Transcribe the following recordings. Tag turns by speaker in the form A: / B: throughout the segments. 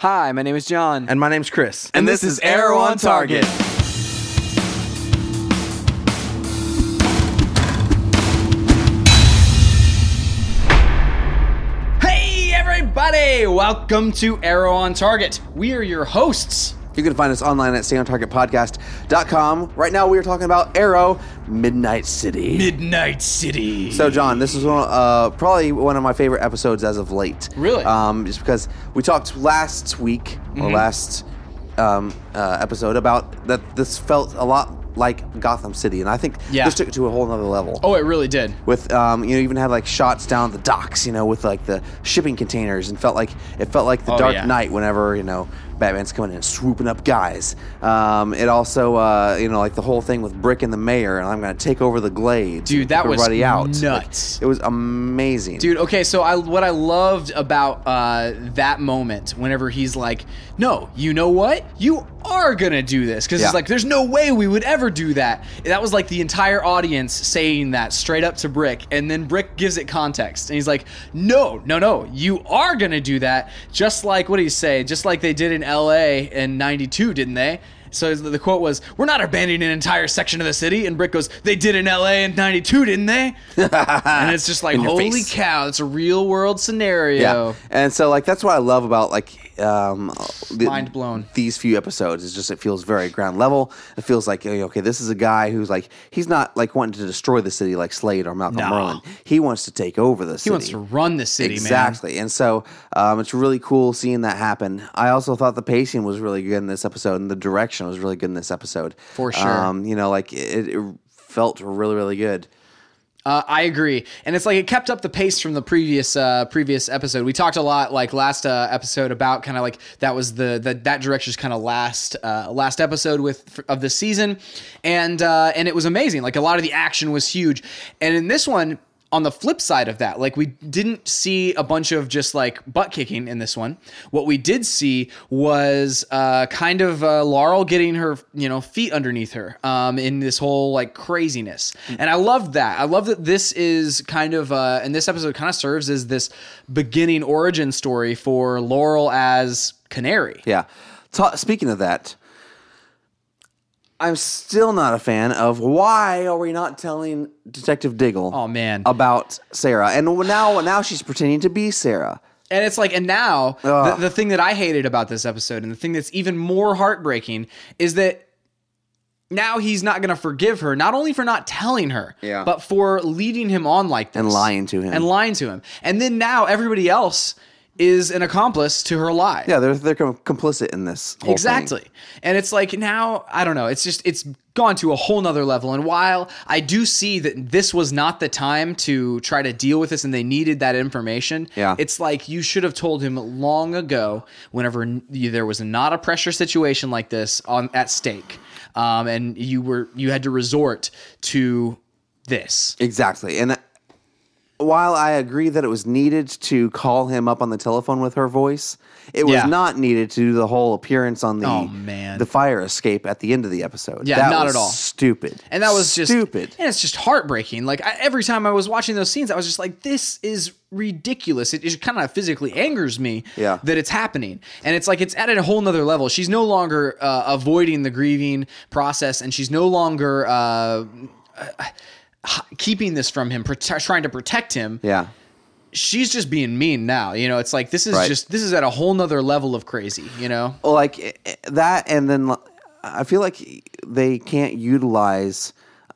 A: Hi, my name is John.
B: And my name's Chris.
A: And this is Arrow on Target. hey, everybody! Welcome to Arrow on Target. We are your hosts.
B: You can find us online at stayontargetpodcast.com. Right now, we are talking about Arrow Midnight City.
A: Midnight City.
B: so, John, this is one, uh, probably one of my favorite episodes as of late.
A: Really? Mm-hmm.
B: Um, just because we talked last week or last um, uh, episode about that this felt a lot like Gotham City, and I think
A: Yeah.
B: this took it to a whole nother level.
A: oh, it really did.
B: with um, you know even had like shots down the docks you know with like the shipping containers and felt like it felt like the
A: Oh,
B: dark
A: yeah.
B: knight whenever you know batman's coming in and swooping up guys um, it also uh, you know like the whole thing with brick and the mayor and i'm gonna take over the glade
A: Dude, that
B: Keep
A: was
B: everybody out Like,
A: nuts.
B: it was amazing
A: Dude, okay, so I what I loved about uh, that moment, whenever he's like, "No, you know what? You are gonna do this," because
B: Yeah.
A: it's like, "There's no way we would ever do that." That was like the entire audience saying that straight up to Brick, and then Brick gives it context, and he's like, "No, no, no, you are gonna do that." Just like what do you say? Just like they did in L.A. in '92, didn't they? So the quote was, "We're not abandoning an entire section of the city." And Brick goes, "They did in L.A. in '92, didn't they?" and it's just like,
B: In your
A: "Holy
B: face."
A: cow, it's a real world scenario.
B: yeah and so like that's what i love about like um the-
A: Mind blown.
B: these few episodes is just it feels very ground level it feels like okay okay, this is a guy who's like he's not like wanting to destroy the city like slade or malcolm
A: No.
B: merlin he wants to take over the
A: He
B: city
A: wants to run the city, man.
B: exactly and so um, it's really cool seeing that happen i also thought the pacing was really good in this episode and the direction was really good in this episode
A: For sure.
B: um, you know like it, it felt really really good
A: Uh, I agree, and it's like it kept up the pace from the previous uh, previous episode. We talked a lot, like last uh, episode, about kind of like that was the that that director's kind of last uh, last episode with of the season, and uh, and it was amazing. Like a lot of the action was huge, and in this one, on the flip side of that, like we didn't see a bunch of just like butt kicking in this one. What we did see was uh, kind of uh, Laurel getting her, you know, feet underneath her um, in this whole like craziness, and I loved that. I love that this is kind of, uh, and this episode kind of serves as this beginning origin story for Laurel as Canary.
B: yeah Ta- speaking of that i'm still not a fan of why are we not telling detective diggle
A: Oh man,
B: about sarah and now now she's pretending to be sarah
A: And it's like, and now the,
B: Ugh.
A: the thing that I hated about this episode, and the thing that's even more heartbreaking, is that now he's not going to forgive her, not only for not telling her,
B: Yeah.
A: but for leading him on like this
B: and lying to him
A: and lying to him. And then now everybody else is an accomplice to her lie.
B: yeah they're they're com- complicit in this whole thing.
A: Exactly. And it's like now, I don't know, it's just, it's gone to a whole nother level. And while I do see that this was not the time to try to deal with this and they needed that information,
B: Yeah.
A: it's like you should have told him long ago whenever n- you- there was not a pressure situation like this on at stake. Um, and you were, you had to resort to this.
B: Exactly. And uh, while I agree that it was needed to call him up on the telephone with her voice, it was
A: Yeah.
B: not needed to do the whole appearance on the
A: Oh, man.
B: the fire escape at the end of the episode.
A: Yeah,
B: That
A: not
B: was
A: at all.
B: Stupid.
A: And that was just
B: stupid.
A: And it's just heartbreaking. Like I, every time I was watching those scenes, I was just like, "This is ridiculous." It, it kind of physically angers me
B: Yeah.
A: that it's happening. And it's like it's at a whole nother level. She's no longer uh, avoiding the grieving process, and she's no longer uh, uh, h- keeping this from him, prote- trying to protect him.
B: Yeah.
A: She's just being mean now. You know, it's like this is
B: Right.
A: just this is at a whole nother level of crazy. You know.
B: Well, like eh, eh, that, and then like, I feel like they can't utilize.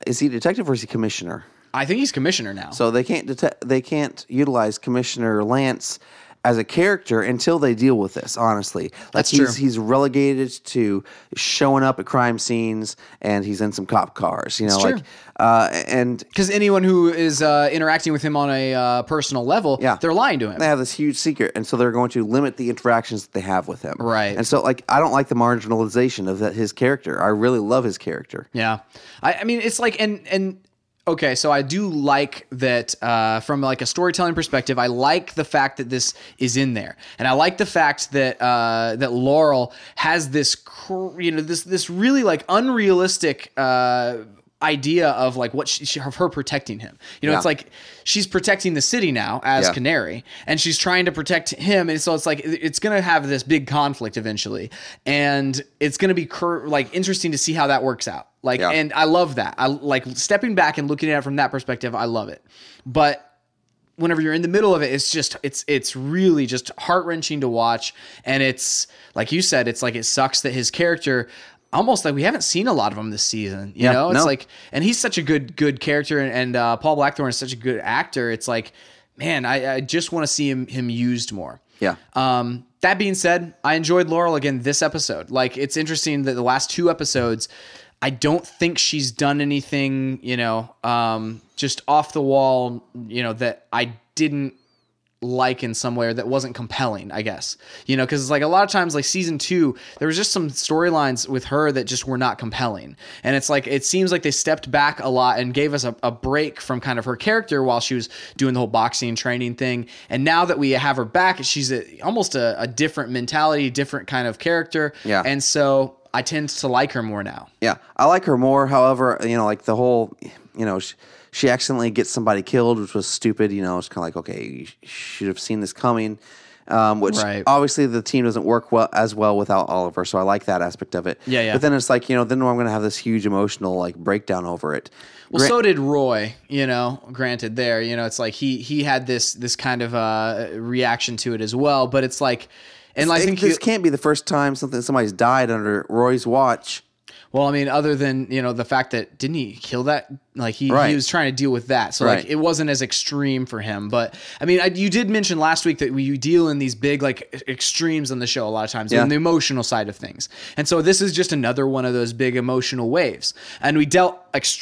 B: Is he detective or is he commissioner?
A: I think he's commissioner now.
B: So they can't dete- they can't utilize Commissioner Lance as a character until they deal with this. Honestly, like
A: That's
B: he's
A: true.
B: he's relegated to showing up at crime scenes and he's in some cop cars. You know,
A: true.
B: like uh, and
A: because anyone who is uh, interacting with him on a uh, personal level,
B: Yeah.
A: they're lying to him.
B: they have this huge secret, and so they're going to limit the interactions that they have with him.
A: Right.
B: And so, like, I don't like the marginalization of that his character. I really love his character.
A: Yeah, I, I mean, it's like and and okay, so I do like that uh, from like a storytelling perspective. I like the fact that this is in there, and I like the fact that uh, that Laurel has this, cr- you know, this this really like unrealistic. Uh, idea of like what she, she- of her protecting him. You know,
B: Yeah.
A: it's like she's protecting the city now as
B: Yeah.
A: Canary, and she's trying to protect him, and so it's like it- it's gonna have this big conflict eventually, and it's gonna be cur- like interesting to see how that works out. Like,
B: Yeah.
A: and I love that. I like stepping back and looking at it from that perspective. I love it, but whenever you're in the middle of it it's just it's it's really just heart-wrenching to watch and it's like you said it's like it sucks that his character almost like we haven't seen a lot of him this season you
B: Yeah,
A: know it's
B: no.
A: like and he's such a good good character and, and uh, paul blackthorne is such a good actor it's like man i, I just want to see him him used more
B: Yeah.
A: um, that being said, I enjoyed Laurel again this episode. Like, it's interesting that the last two episodes, I don't think she's done anything, you know, um, just off the wall, you know, that I didn't like in some way or that wasn't compelling, I guess. You know, because it's like a lot of times, like season two, there was just some storylines with her that just were not compelling. And it's like, it seems like they stepped back a lot and gave us a, a break from kind of her character while she was doing the whole boxing training thing. And now that we have her back, she's a, almost a, a different mentality, different kind of character.
B: Yeah.
A: And so I tend to like her more now.
B: Yeah, I like her more. However, you know, like the whole, you know, she, she accidentally gets somebody killed, which was stupid. You know, it's kind of like okay, you sh- should have seen this coming. Um, which
A: Right.
B: obviously the team doesn't work well as well without Oliver, so I like that aspect of it.
A: Yeah, yeah.
B: But then it's like you know, then I'm going to have this huge emotional like breakdown over it.
A: Well,
B: Gra-
A: so did Roy. You know, granted, there, you know, it's like he he had this this kind of uh, reaction to it as well. But it's like, and I
B: it-
A: think
B: this
A: you-
B: can't be the first time something somebody's died under Roy's watch.
A: well, I mean, other than you know the fact that didn't he kill that? Like he,
B: Right.
A: he was trying to deal with that, so
B: Right.
A: like it wasn't as extreme for him. But I mean, I, you did mention last week that we, you deal in these big like e, extremes on the show a lot of times,
B: Yeah.
A: on the emotional side of things, and so this is just another one of those big emotional waves. And we dealt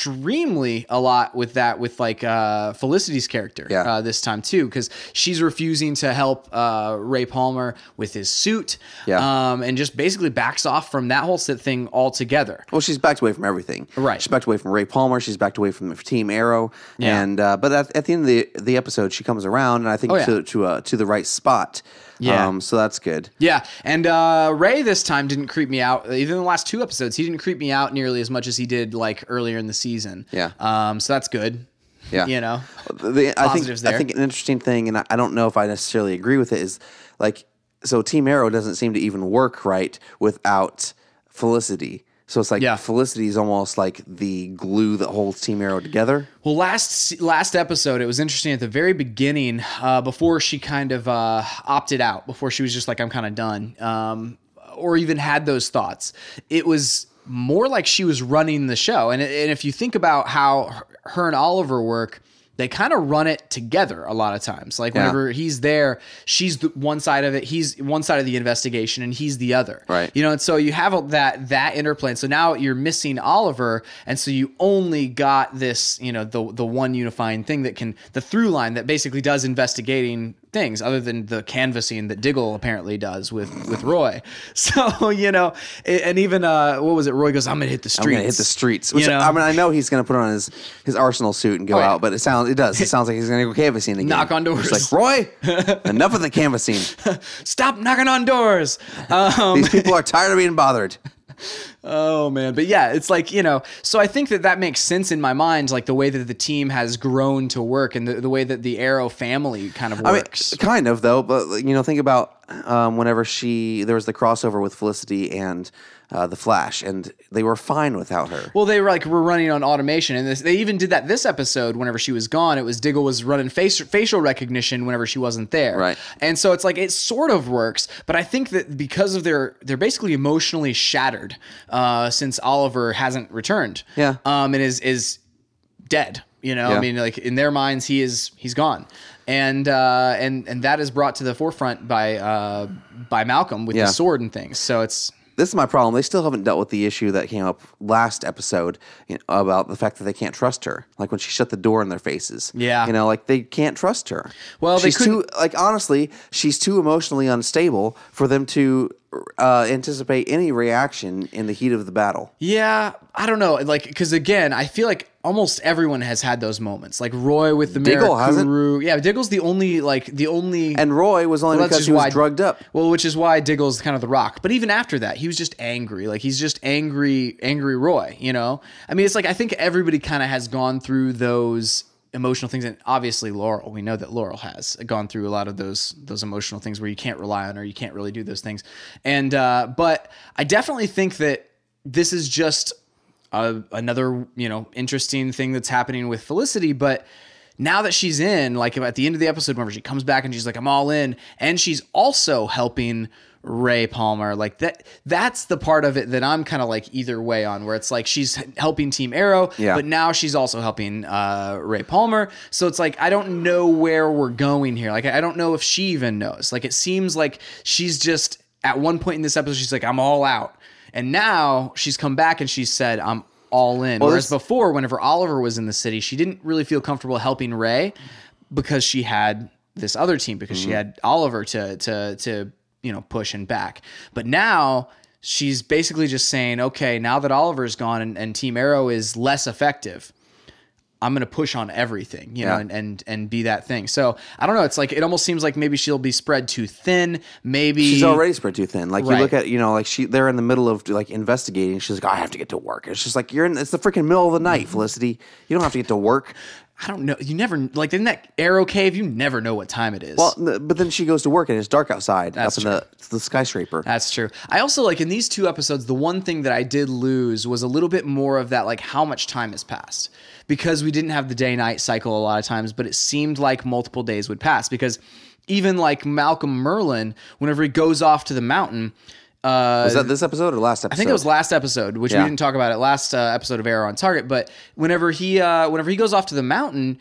A: extremely a lot with that with like uh, Felicity's character
B: Yeah.
A: uh, this time too, because she's refusing to help uh, Ray Palmer with his suit,
B: Yeah.
A: um, and just basically backs off from that whole sit thing altogether.
B: Well, she's backed away from everything.
A: Right.
B: She's backed away from Ray Palmer. She's backed away from Team Arrow.
A: Yeah.
B: And uh, but at, at the end of the, the episode, she comes around, and I think
A: Oh, yeah.
B: to to uh, to the right spot.
A: Yeah.
B: Um, so that's good.
A: Yeah, and uh, Ray this time didn't creep me out. Even in the last two episodes, he didn't creep me out nearly as much as he did like earlier in the season.
B: Yeah.
A: Um. So that's good.
B: Yeah.
A: You know.
B: The, I think
A: Positives there.
B: I think an interesting thing, and I, I don't know if I necessarily agree with it, is like so Team Arrow doesn't seem to even work right without Felicity. So it's like
A: Yeah.
B: Felicity is almost like the glue that holds Team Arrow together.
A: Well, last last episode, it was interesting at the very beginning, uh, before she kind of uh, opted out, before she was just like, "I'm kind of done," um, or even had those thoughts. It was more like she was running the show, and and if you think about how her- her and Oliver work. They kind of run it together a lot of times. Like
B: Yeah.
A: whenever he's there, she's the one side of it. He's one side of the investigation, and he's the other.
B: Right.
A: You know, and so you have all that that interplay. And so now you're missing Oliver, and so you only got this, you know, the the one unifying thing that can the through line that basically does investigating things other than the canvassing that Diggle apparently does with with Roy. So, you know, a- and even uh what was it? Roy goes, I'm gonna hit the streets.
B: I'm gonna hit the streets. Which,
A: You know? Oh,
B: I mean, I know he's gonna put on his, his arsenal suit and go
A: yeah.
B: out, but it sounds it does. It sounds like he's gonna go canvassing again.
A: Knock on doors.
B: It's like Roy, enough of the canvassing.
A: Stop knocking on doors. Um
B: These people are tired of being bothered.
A: Oh man, but yeah, it's like you know. So I think that that makes sense in my mind, like the way that the team has grown to work and the, the way that the Arrow family kind of
B: I mean,
A: works.
B: kind of though, but you know, think about um, whenever she there was the crossover with Felicity and uh, the Flash, and they were fine without her.
A: well, they were like were running on automation, and this, they even did that this episode. Whenever she was gone, it was Diggle was running face, facial recognition whenever she wasn't there,
B: Right.
A: And so it's like it sort of works, but I think that because of their they're basically emotionally shattered uh, since Oliver hasn't returned,
B: Yeah.
A: um, and is is dead. You know,
B: Yeah.
A: I mean, like in their minds, he is he's gone, and uh, and and that is brought to the forefront by uh, by Malcolm with
B: Yeah.
A: the sword and things. So it's
B: this is my problem. They still haven't dealt with the issue that came up last episode you know, about the fact that they can't trust her. Like when she shut the door in their faces.
A: Yeah.
B: you know, like they can't trust her.
A: Well, they
B: she's too like honestly, she's too emotionally unstable for them to uh, anticipate any reaction in the heat of the battle.
A: yeah, I don't know, like because again, I feel like almost everyone has had those moments. Like Roy with the
B: Diggle hasn't.
A: Mirakuru. Yeah, Diggle's the only like the only
B: And Roy was only
A: Well, that's
B: because
A: just
B: he was
A: why-
B: drugged up.
A: Well, which is why Diggle's kind of the rock. But even after that, he was just angry. Like he's just angry, angry Roy. You know, I mean, it's like I think everybody kind of has gone through those emotional things, and obviously Laurel. We know that Laurel has gone through a lot of those those emotional things where you can't rely on her, you can't really do those things. And uh, but I definitely think that this is just a, another you know interesting thing that's happening with Felicity, but now that she's in, like at the end of the episode, remember she comes back and she's like, "I'm all in," and she's also helping Ray Palmer. Like that, that's the part of it that I'm kind of like either way on, where it's like she's helping Team Arrow,
B: Yeah.
A: but now she's also helping uh, Ray Palmer. So it's like I don't know where we're going here. Like I don't know if she even knows. Like it seems like she's just at one point in this episode, she's like, "I'm all out," and now she's come back and she said, "I'm." All in. Whereas
B: this-
A: before, whenever Oliver was in the city, she didn't really feel comfortable helping Ray because she had this other team because
B: Mm-hmm.
A: she had Oliver to to to you know push and back. But now she's basically just saying, okay, now that Oliver's gone and, and Team Arrow is less effective, I'm gonna push on everything, you know,
B: Yeah.
A: and, and and be that thing. So I don't know. It's like it almost seems like maybe she'll be spread too thin. Maybe
B: She's already spread too thin. Like
A: Right.
B: you look at, you know, like she they're in the middle of like investigating. She's like, I have to get to work. It's just like you're in. It's the freaking middle of the night,
A: Mm-hmm.
B: Felicity. You don't have to get to work.
A: I don't know. You never like in that Arrow cave. You never know what time it is.
B: Well, n- Uh, but then she goes to work and it's dark outside
A: That's
B: up in the it's the skyscraper.
A: That's true. I also like in these two episodes, the one thing that I did lose was a little bit more of that, like how much time has passed because we didn't have the day night cycle a lot of times, but it seemed like multiple days would pass because even like Malcolm Merlin, whenever he goes off to the mountain, uh,
B: Was that this episode or last episode?
A: I think it was last episode, which we
B: Yeah.
A: didn't talk about it last uh, episode of Arrow on Target. But whenever he, uh, whenever he goes off to the mountain,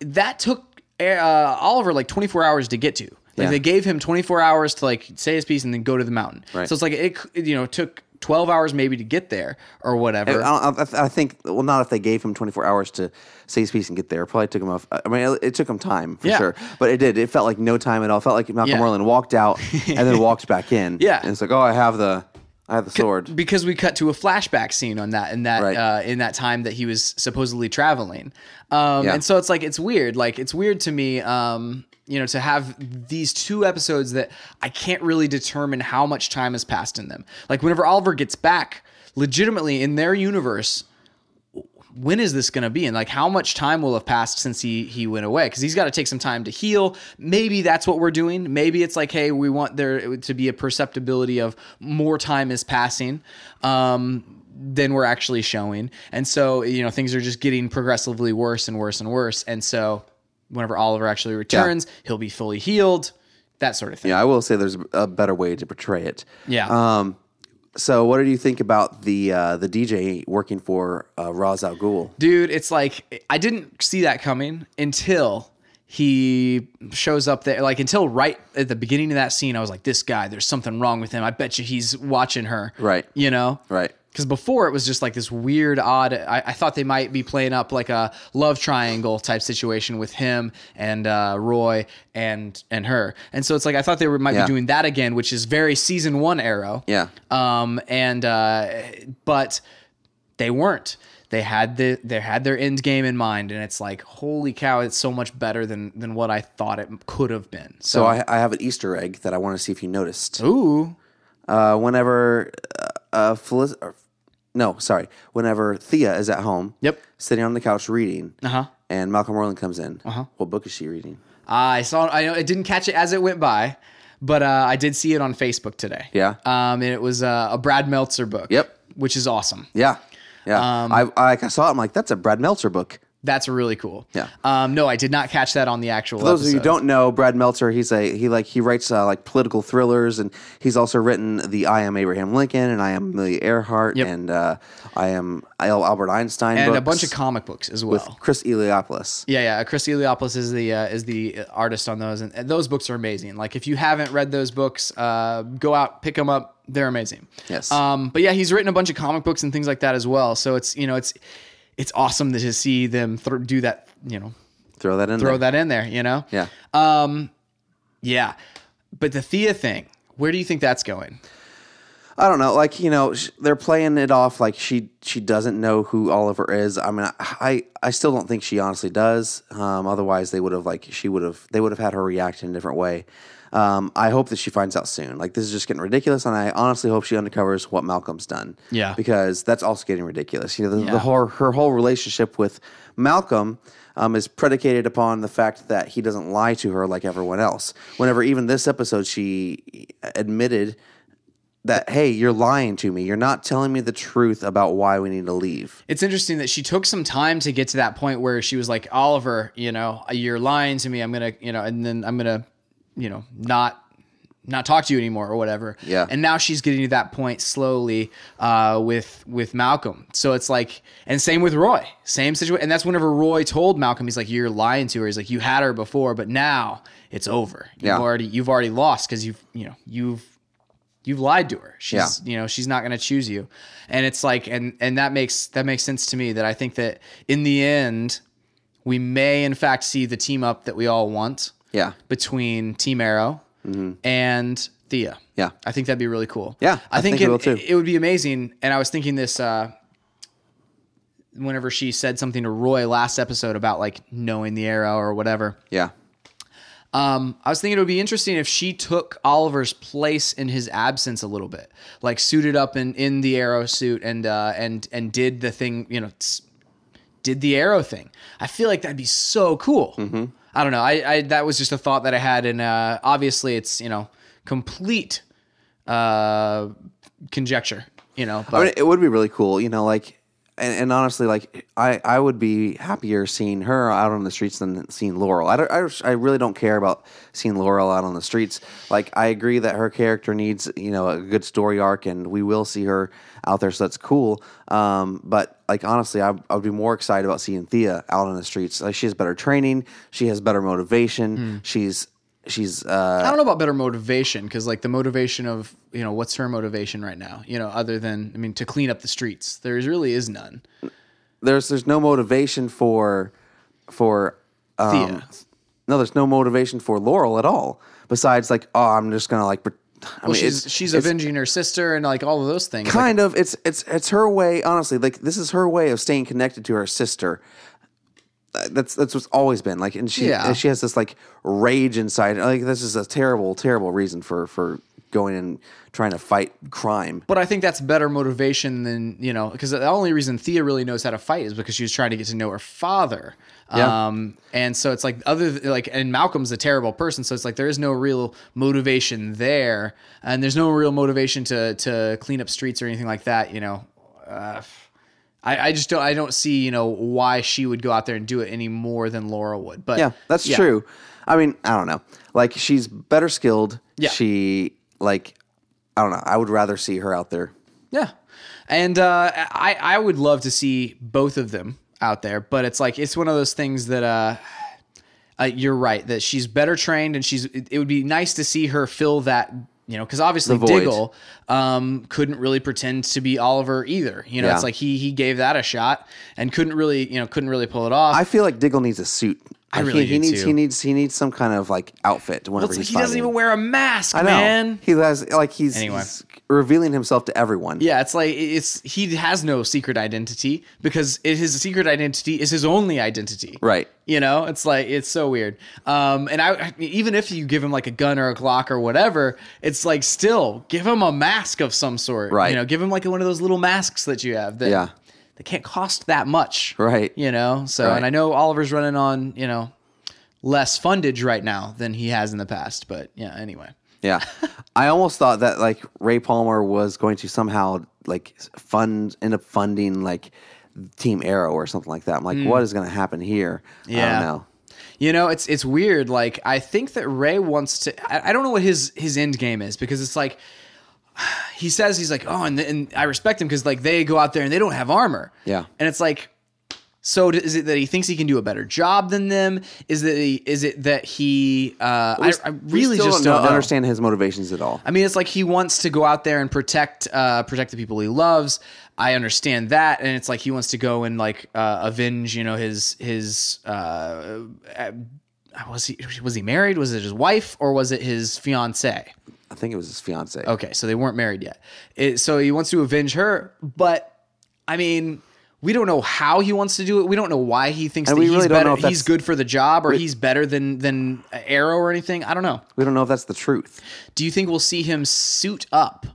A: that took uh, Oliver like 24 hours to get to. Like
B: Yeah.
A: they gave him 24 hours to like say his piece and then go to the mountain.
B: Right.
A: So it's like it, c- you know, took 12 hours maybe to get there or whatever.
B: I, don't- I, I think well, not if they gave him 24 hours to say his piece and get there. It probably took him off. I mean, it, it took him time for
A: Yeah.
B: sure, but it did. It felt like no time at all. It felt like Malcolm
A: Yeah.
B: Merlin walked out and then walked back in.
A: Yeah.
B: and it's like, oh, I have the, I have the sword.
A: because we cut to a flashback scene on that in that
B: Right.
A: uh, in that time that he was supposedly traveling um,
B: Yeah.
A: and so it's like it's weird like it's weird to me um, you know to have these two episodes that i can't really determine how much time has passed in them like whenever oliver gets back legitimately in their universe when is this going to be and like how much time will have passed since he he went away because he's got to take some time to heal maybe that's what we're doing maybe it's like hey we want there to be a perceptibility of more time is passing um than we're actually showing and so you know things are just getting progressively worse and worse and worse and so whenever oliver actually returns he'll be fully healed that sort of thing
B: Yeah, I will say there's a better way to portray it.
A: yeah
B: Um, so what do you think about the uh, the DJ working for uh, Ra's al Ghul?
A: dude it's like i didn't see that coming until he shows up there like until right at the beginning of that scene i was like this guy there's something wrong with him i bet you he's watching her
B: Right.
A: you know
B: Right.
A: because before it was just like this weird odd I, I thought they might be playing up like a love triangle type situation with him and uh, roy and and her and so it's like i thought they were, might
B: Yeah.
A: be doing that again which is very season one arrow
B: Yeah.
A: um, and uh, but they weren't. They had the they had their end game in mind, and it's like, holy cow, it's so much better than than what I thought it could have been.
B: So
A: So,
B: I, I have an Easter egg that I want to see if you noticed.
A: ooh,
B: Uh, whenever, uh, uh, Felic- or, no, sorry, whenever Thea is at home,
A: Yep.
B: sitting on the couch reading,
A: Uh-huh.
B: and Malcolm Merlin comes in. Uh-huh. What book is she reading?
A: I saw I know I didn't catch it as it went by, but uh, I did see it on Facebook today.
B: Yeah.
A: um, and it was uh, a Brad Meltzer book.
B: Yep.
A: which is awesome.
B: Yeah, yeah.
A: Um,
B: I, I I saw it. I'm like, that's a Brad Meltzer book.
A: That's really cool.
B: Yeah.
A: Um, no, I did not catch that on the actual.
B: For those of you who
A: episode.
B: don't know, Brad Meltzer, he's a he like he writes uh, like political thrillers, and he's also written the I Am Abraham Lincoln and I Am Amelia Earhart and uh, I Am Al- Albert Einstein
A: and a
B: books
A: bunch of comic books as well.
B: with Chris Eliopoulos.
A: Yeah, yeah. Chris Eliopoulos is the uh, is the artist on those, and, and those books are amazing. Like if you haven't read those books, uh, go out pick them up. They're amazing.
B: Yes.
A: Um, but yeah, he's written a bunch of comic books and things like that as well. So it's you know it's it's awesome to see them thr do that. You know,
B: Throw that in.
A: throw
B: there.
A: that in there. You know.
B: Yeah.
A: Yeah. But the Thea thing, where do you think that's going?
B: I don't know. Like you know, sh- they're playing it off like she she doesn't know who Oliver is. I mean, I I still don't think she honestly does. Um, otherwise, they would have like she would have they would have had her react in a different way. Um, I hope that she finds out soon. Like this is just getting ridiculous, and I honestly hope she uncovers what Malcolm's done.
A: Yeah.
B: because that's also getting ridiculous. You know, the,
A: Yeah.
B: the whole her whole relationship with Malcolm. Um, is predicated upon the fact that he doesn't lie to her like everyone else. Whenever even this episode, she e, admitted that hey you're lying to me you're not telling me the truth about why we need to leave
A: It's interesting that she took some time to get to that point where she was like, Oliver, you know, you're lying to me. I'm gonna, you know, and then I'm gonna, you know, not not talk to you anymore or whatever.
B: Yeah.
A: And now she's getting to that point slowly uh, with with Malcolm. So it's like, and same with Roy, same situation. And that's whenever Roy told Malcolm, he's like, "You're lying to her." He's like, "You had her before, but now it's over. You've
B: Yeah.
A: already you've already lost because you've you know you've you've lied to her. She's you know she's not going to choose you, and it's like and and that makes that makes sense to me that I think that in the end we may in fact see the team up that we all want
B: yeah
A: between Team Arrow and Thea.
B: yeah
A: I think that'd be really cool.
B: Mm-hmm. Yeah,
A: I,
B: I
A: think,
B: think it
A: it,
B: will too.
A: it would be amazing. And I was thinking this uh, whenever she said something to Roy last episode about like knowing the Arrow or whatever.
B: yeah
A: Um, I was thinking it would be interesting if she took Oliver's place in his absence a little bit, like suited up in, in the arrow suit and uh, and and did the thing, you know, s- did the arrow thing. I feel like that'd be so cool.
B: Mm-hmm.
A: I don't know. I, I that was just a thought that I had, and uh, obviously it's you know complete uh, conjecture, you know. But
B: I mean, it would be really cool you know like and, and honestly like I, I would be happier seeing her out on the streets than seeing laurel I, don't, I, I really don't care about seeing laurel out on the streets like i agree that her character needs you know a good story arc and we will see her out there so that's cool um, but like honestly I, I would be more excited about seeing thea out on the streets like she has better training she has better motivation she's she's uh,
A: I don't know about better motivation because like the motivation of you know what's her motivation right now, you know, other than I mean to clean up the streets. There is- really is none.
B: there's there's no motivation for for um,
A: Thea.
B: no there's no motivation for Laurel at all besides like oh I'm just gonna like pre- I mean
A: she's
B: it's,
A: she's
B: it's
A: avenging her sister and like all of those things. Like,
B: kind of it's it's it's her way honestly like this is her way of staying connected to her sister Uh, that's that's what's always been like and she
A: Yeah.
B: and she has this like rage inside like this is a terrible terrible reason for for going and trying to fight crime
A: but I think that's better motivation than you know because the only reason Thea really knows how to fight is because she was trying to get to know her father.
B: Yeah.
A: Um, and so it's like other th- like and Malcolm's a terrible person, so it's like there is no real motivation there, and there's no real motivation to to clean up streets or anything like that. You know. Uh, I, I just don't I don't see you know why she would go out there and do it any more than Laura would. But
B: Yeah, that's true. I mean, I don't know. Like she's better skilled.
A: Yeah.
B: She like I don't know. I would rather see her out there.
A: Yeah, and uh, I I would love to see both of them out there, but it's like it's one of those things that uh, uh you're right that she's better trained and she's it, it would be nice to see her fill that you know because obviously
B: void.
A: Diggle um couldn't really pretend to be Oliver either you know
B: Yeah.
A: it's like he he gave that a shot and couldn't really you know couldn't really pull it off.
B: I feel like Diggle needs a suit. Like,
A: really
B: he, he
A: do
B: needs
A: too.
B: he needs he needs some kind of like outfit whenever
A: It's like
B: he's
A: he doesn't
B: fighting.
A: even wear a mask,
B: I know.
A: man.
B: He has like he's,
A: Anyway.
B: he's revealing himself to everyone.
A: Yeah, it's like it's he has no secret identity because it, his secret identity is his only identity.
B: Right.
A: You know, it's like it's so weird. Um, and I I mean, even if you give him like a gun or a Glock or whatever, it's like still give him a mask of some sort.
B: Right.
A: You know, give him like one of those little masks that you have. That,
B: Yeah.
A: They can't cost that much.
B: Right.
A: You know. So
B: Right.
A: and I know Oliver's running on you know less fundage right now than he has in the past, but yeah. Anyway.
B: Yeah. I almost thought that like Ray Palmer was going to somehow like fund end up funding like Team Arrow or something like that. I'm like, what is going to happen here? I
A: Hmm. Yeah.
B: don't know.
A: You know, it's it's weird. Like I think that Ray wants to. I, I don't know what his his end game is because it's like he says he's like, oh, and, and I respect him because like they go out there and they don't have armor.
B: Yeah.
A: and it's like. So d- is it that he thinks he can do a better job than them? Is that he, is it that he? Uh, I, I
B: We
A: really
B: still
A: just don't,
B: know-
A: know.
B: understand his motivations at all.
A: I mean, it's like he wants to go out there and protect uh, protect the people he loves. I understand that, and it's like he wants to go and like uh, avenge, you know, his his uh, uh, was he was he married? Was it his wife or was it his fiance?
B: I think it was his fiance.
A: Okay, so they weren't married yet. It, so he wants to avenge her, but I mean, we don't know how he wants to do it. We don't know why he thinks
B: And
A: that
B: we
A: he's
B: really don't know
A: better.
B: if that's-
A: He's good for the job, or he's better than than Arrow or anything. I don't know.
B: We don't know if that's the truth.
A: Do you think we'll see him suit up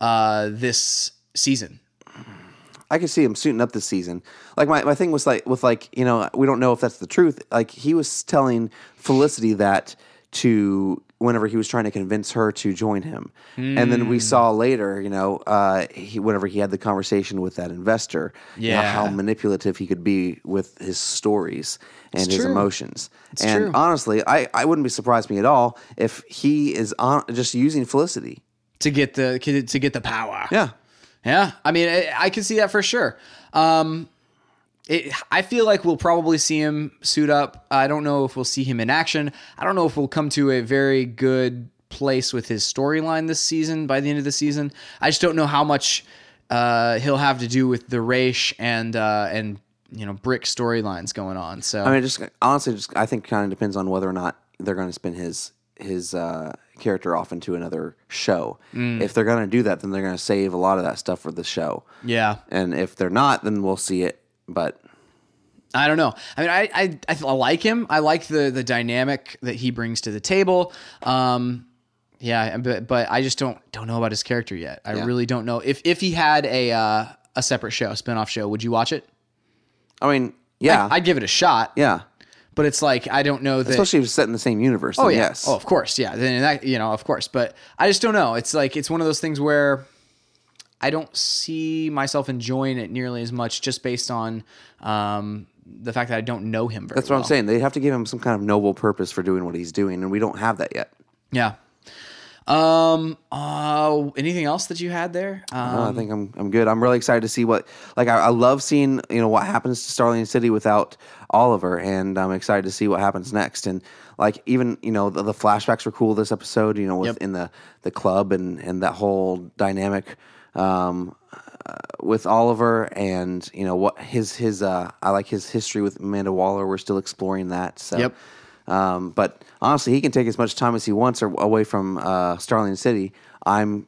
A: uh, this season?
B: I could see him suiting up this season. Like my, my thing was like with like you know we don't know if that's the truth. Like he was telling Felicity that to whenever he was trying to convince her to join him, and then
A: Hmm.
B: we saw later you know uh, he whenever he had the conversation with that investor, you know,
A: Yeah.
B: how manipulative he could be with his stories and his
A: true.
B: emotions. and
A: true.
B: honestly, I I wouldn't be surprised me at all if he is on just using Felicity.
A: to get the to get the power.
B: Yeah,
A: Yeah, I mean, I, I can see that for sure. Um, it, I feel like we'll probably see him suit up. I don't know if we'll see him in action. I don't know if we'll come to a very good place with his storyline this season by the end of the season. I just don't know how much uh, he'll have to do with the Raish and uh, and you know Brick storylines going on. So
B: I mean, it just honestly, just I think kind of depends on whether or not they're going to spin his his uh, character off into another show.
A: Mm.
B: If they're going to do that, then they're going to save a lot of that stuff for the show.
A: yeah,
B: And if they're not, then we'll see it. But
A: I don't know. I mean, I I, I th- I like him. I like the the dynamic that he brings to the table. Um, yeah, but but I just don't don't know about his character yet. I really don't know if if he had a uh, a separate show, spinoff show, would you watch it?
B: I mean, yeah,
A: I'd give it a shot.
B: yeah.
A: But it's like I don't know that.
B: Especially if it's set in the same universe.
A: oh
B: then
A: yeah.
B: yes.
A: Oh, of course. Yeah. Then that you know, of course. But I just don't know. It's like it's one of those things where. I don't see myself enjoying it nearly as much just based on um, the fact that I don't know him very
B: That's what
A: well.
B: I'm saying. They have to give him some kind of noble purpose for doing what he's doing, and we don't have that yet.
A: Yeah. Um. Uh. Anything else that you had there? Um,
B: No, I think I'm I'm good. I'm really excited to see what like I, I love seeing you know what happens to Starling City without Oliver, and I'm excited to see what happens next. And like even you know the, the flashbacks were cool this episode. You know
A: Yep.
B: within the the club and and that whole dynamic um, uh, with Oliver and you know what his his uh, I like his history with Amanda Waller. We're still exploring that. So.
A: Yep.
B: Um, but honestly, he can take as much time as he wants or away from uh, Starling City. I'm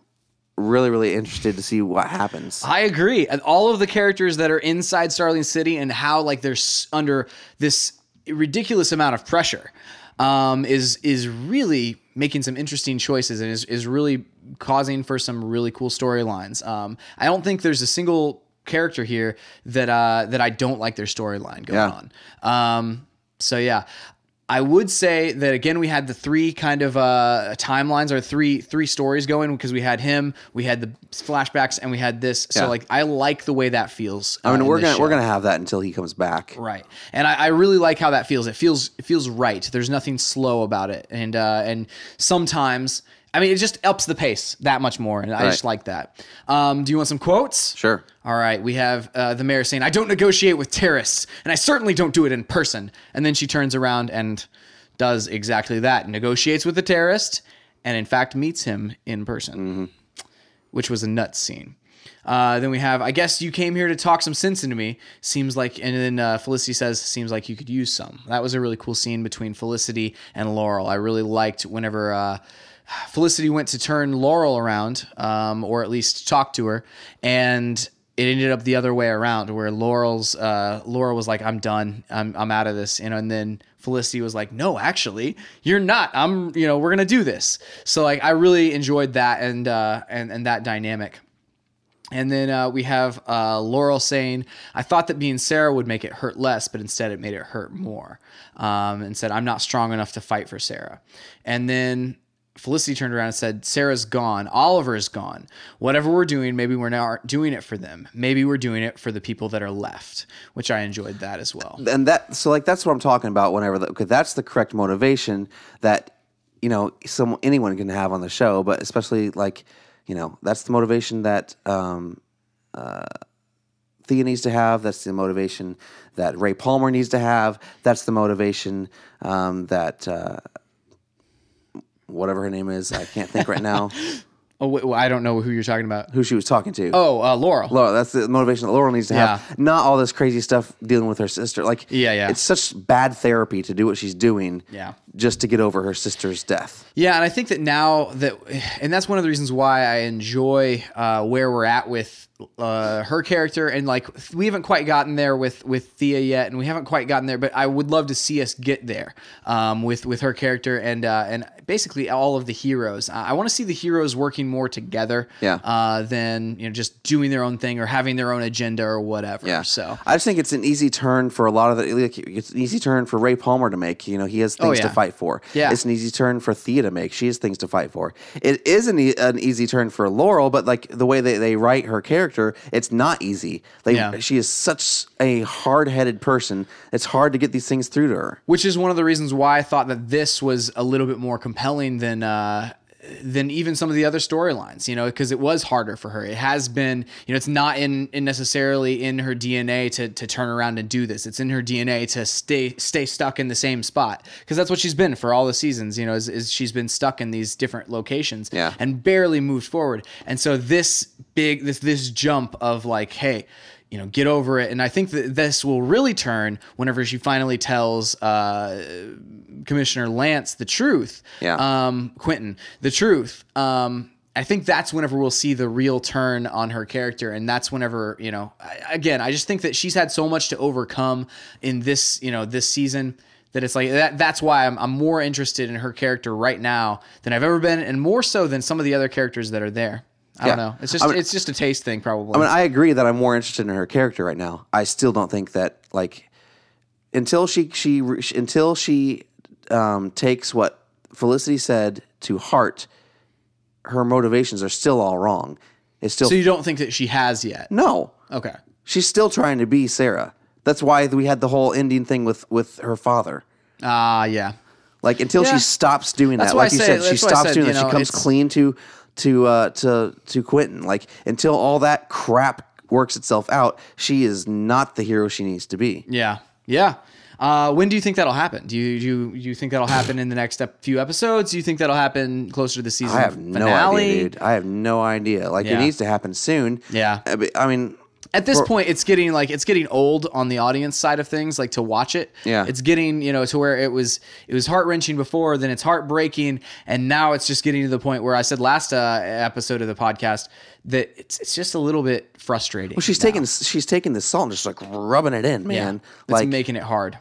B: really, really interested to see what happens.
A: I agree. And all of the characters that are inside Starling City and how like they're s- under this ridiculous amount of pressure um, is is really making some interesting choices and is is really causing for some really cool storylines. Um, I don't think there's a single character here that uh, that I don't like their storyline going
B: Yeah.
A: on. on. Um, so yeah, I would say that again we had the three kind of uh, timelines or three three stories going because we had him, we had the flashbacks, and we had this. So
B: Yeah.
A: like I like the way that feels.
B: I
A: uh,
B: mean,
A: in
B: we're
A: this
B: gonna we're
A: show.
B: gonna have that until he comes back.
A: right, and I, I really like how that feels. It feels it feels right. There's nothing slow about it, and uh, and sometimes. I mean, it just ups the pace that much more, and I
B: Right.
A: just like that. Um, do you want some quotes?
B: Sure.
A: All right, we have uh, the mayor saying, I don't negotiate with terrorists, and I certainly don't do it in person. And then she turns around and does exactly that negotiates with the terrorist, and in fact meets him in person, which was a nuts scene. Uh, then we have, I guess you came here to talk some sense into me. Seems like, and then uh, Felicity says, seems like you could use some. That was a really cool scene between Felicity and Laurel. I really liked whenever uh, Felicity went to turn Laurel around, um, or at least talk to her, and it ended up the other way around, where Laurel's uh, Laurel was like, "I'm done, I'm I'm out of this," you know, and then Felicity was like, "No, actually, you're not. I'm, you know, we're gonna do this." So like, I really enjoyed that and uh, and and that dynamic. And then uh, we have uh, Laurel saying, I thought that being Sarah would make it hurt less, but instead it made it hurt more. Um, and said, I'm not strong enough to fight for Sarah. And then Felicity turned around and said, Sarah's gone. Oliver is gone. Whatever we're doing, maybe we're not doing it for them. Maybe we're doing it for the people that are left, which I enjoyed that as well.
B: And that so like that's what I'm talking about. Whenever the, 'cause that's the correct motivation that you know some anyone can have on the show, but especially like you know that's the motivation that um, uh, Thea needs to have. That's the motivation that Ray Palmer needs to have. That's the motivation um, that. Uh, Whatever her name is, I can't think right now.
A: Oh, wait, well, I don't know who you're talking about.
B: who she was talking to.
A: Oh, uh, Laurel.
B: Laurel, that's the motivation that Laurel needs to have.
A: Yeah.
B: Not all this crazy stuff dealing with her sister. Like,
A: Yeah, yeah.
B: It's such bad therapy to do what she's doing.
A: Yeah.
B: Just to get over her sister's death.
A: Yeah, and I think that now that, and that's one of the reasons why I enjoy uh, where we're at with uh, her character, and like we haven't quite gotten there with with Thea yet, and we haven't quite gotten there, but I would love to see us get there um, with with her character and uh, and basically all of the heroes. I, I want to see the heroes working more together,
B: Yeah.
A: uh, than you know just doing their own thing or having their own agenda or whatever.
B: Yeah.
A: So
B: I just think it's an easy turn for a lot of the. Like, it's an easy turn for Ray Palmer to make. You know, he has things to
A: Oh, yeah.
B: fight for.
A: Yeah.
B: It's an easy turn for Thea to make. She has things to fight for. It is an, e- an easy turn for Laurel, but like the way they, they write her character, it's not easy. Like,
A: Yeah.
B: she is such a hard headed person. It's hard to get these things through to her.
A: which is one of the reasons why I thought that this was a little bit more compelling than uh, than even some of the other storylines. You know, because it was harder for her. It has been, you know, it's not in, in necessarily in her DNA to to turn around and do this. It's in her DNA to stay stay stuck in the same spot because that's what she's been for all the seasons. You know, is, is she's been stuck in these different locations
B: Yeah.
A: and barely moved forward. And so this big this this jump of like, hey, you know, get over it. And I think that this will really turn whenever she finally tells uh, Commissioner Lance the truth.
B: Yeah.
A: Um, Quentin the truth. Um, I think that's whenever we'll see the real turn on her character, and that's whenever you know. I, again, I just think that she's had so much to overcome in this, you know, this season that it's like that. That's why I'm, I'm more interested in her character right now than I've ever been, and more so than some of the other characters that are there. I don't
B: Yeah.
A: know. It's just
B: I mean-
A: it's just a taste thing, probably.
B: I mean, I agree that I'm more interested in her character right now. I still don't think that like until she she until she um, takes what Felicity said to heart, her motivations are still all wrong. It's still
A: so you don't think that she has yet?
B: no.
A: Okay.
B: She's still trying to be Sarah. That's why we had the whole ending thing with with her father.
A: Ah, yeah.
B: Like until
A: Yeah.
B: she stops doing
A: That's
B: that,
A: why
B: like
A: I
B: you
A: say-
B: said, she
A: that's why I
B: stops
A: said,
B: doing
A: you
B: that.
A: know,
B: she comes
A: it's-
B: clean to to uh, to to Quentin. Like until all that crap works itself out, she is not the hero she needs to be.
A: Yeah, yeah. Uh, when do you think that'll happen? Do you do you, you think that'll happen in the next ep- few episodes? Do you think that'll happen closer to the season
B: I have no
A: finale?
B: idea, dude. I have no idea. Like
A: Yeah.
B: it needs to happen soon.
A: Yeah.
B: I be- I mean,
A: At this point, it's getting like it's getting old on the audience side of things, like to watch it.
B: Yeah.
A: it's getting you know to where it was it was heart wrenching before, then it's heartbreaking, and now it's just getting to the point where I said last uh, episode of the podcast that it's it's just a little bit frustrating.
B: she's taking she's taking the salt and just like rubbing it in,
A: Yeah.
B: man.
A: it's
B: Like
A: making it hard.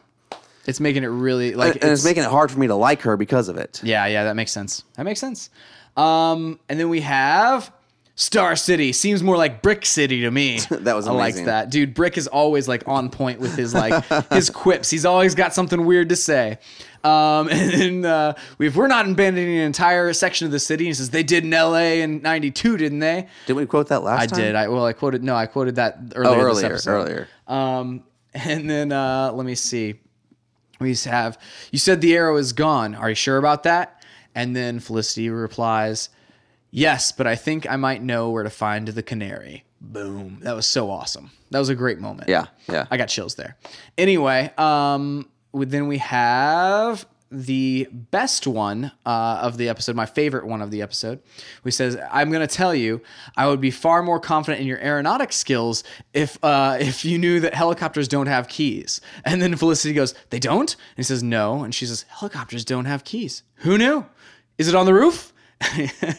A: It's making it really like
B: and it's making it hard for me to like her because of it.
A: Yeah, yeah, that makes sense. That makes sense. Um, and then we have Star City. Seems more like Brick City to me.
B: That was
A: I like
B: amazing.
A: that, dude. Brick is always like on point with his like his quips. He's always got something weird to say. Um, and then uh, we have we're not abandoning an entire section of the city. He says they did in L.A. in '92, didn't they?
B: Didn't we quote that last
A: I
B: time?
A: did. I well, I quoted no, I quoted that earlier.
B: Oh,
A: this
B: earlier,
A: episode.
B: earlier.
A: Um, and then uh, let me see. We just have you said the arrow is gone. Are you sure about that? And then Felicity replies, "Yes, but I think I might know where to find the canary." Boom! That was so awesome. That was a great moment.
B: Yeah, yeah.
A: I got chills there. Anyway, um, we- then we have the best one uh, of the episode, my favorite one of the episode, who says, "I'm going to tell you, I would be far more confident in your aeronautics skills if uh, if you knew that helicopters don't have keys." And then Felicity goes, "They don't?" And he says, "No." And she says, "Helicopters don't have keys. Who knew? Is it on the roof?"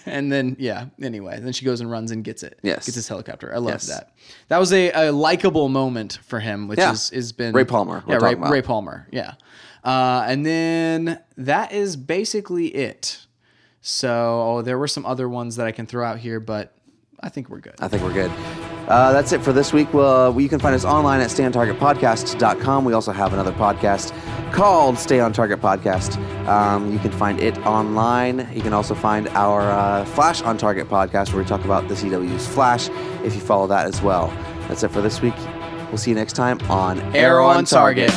A: and then yeah. Anyway, then she goes and runs and gets it.
B: Yes.
A: gets his helicopter. I love
B: Yes.
A: that. That was a, a likable moment for him, which
B: Yeah.
A: is has been
B: Ray Palmer, we're
A: Yeah, Ray,
B: talking about.
A: Ray Palmer. Yeah, uh, and then that is basically it. So there were some other ones that I can throw out here, but I think we're good.
B: I think we're good. Uh, that's it for this week. Well, you can find us online at stayontargetpodcast.com. We also have another podcast called Stay on Target Podcast. Um, you can find it online. You can also find our uh, Flash on Target podcast where we talk about the CW's Flash if you follow that as well. That's it for this week. We'll see you next time on
A: Arrow on target.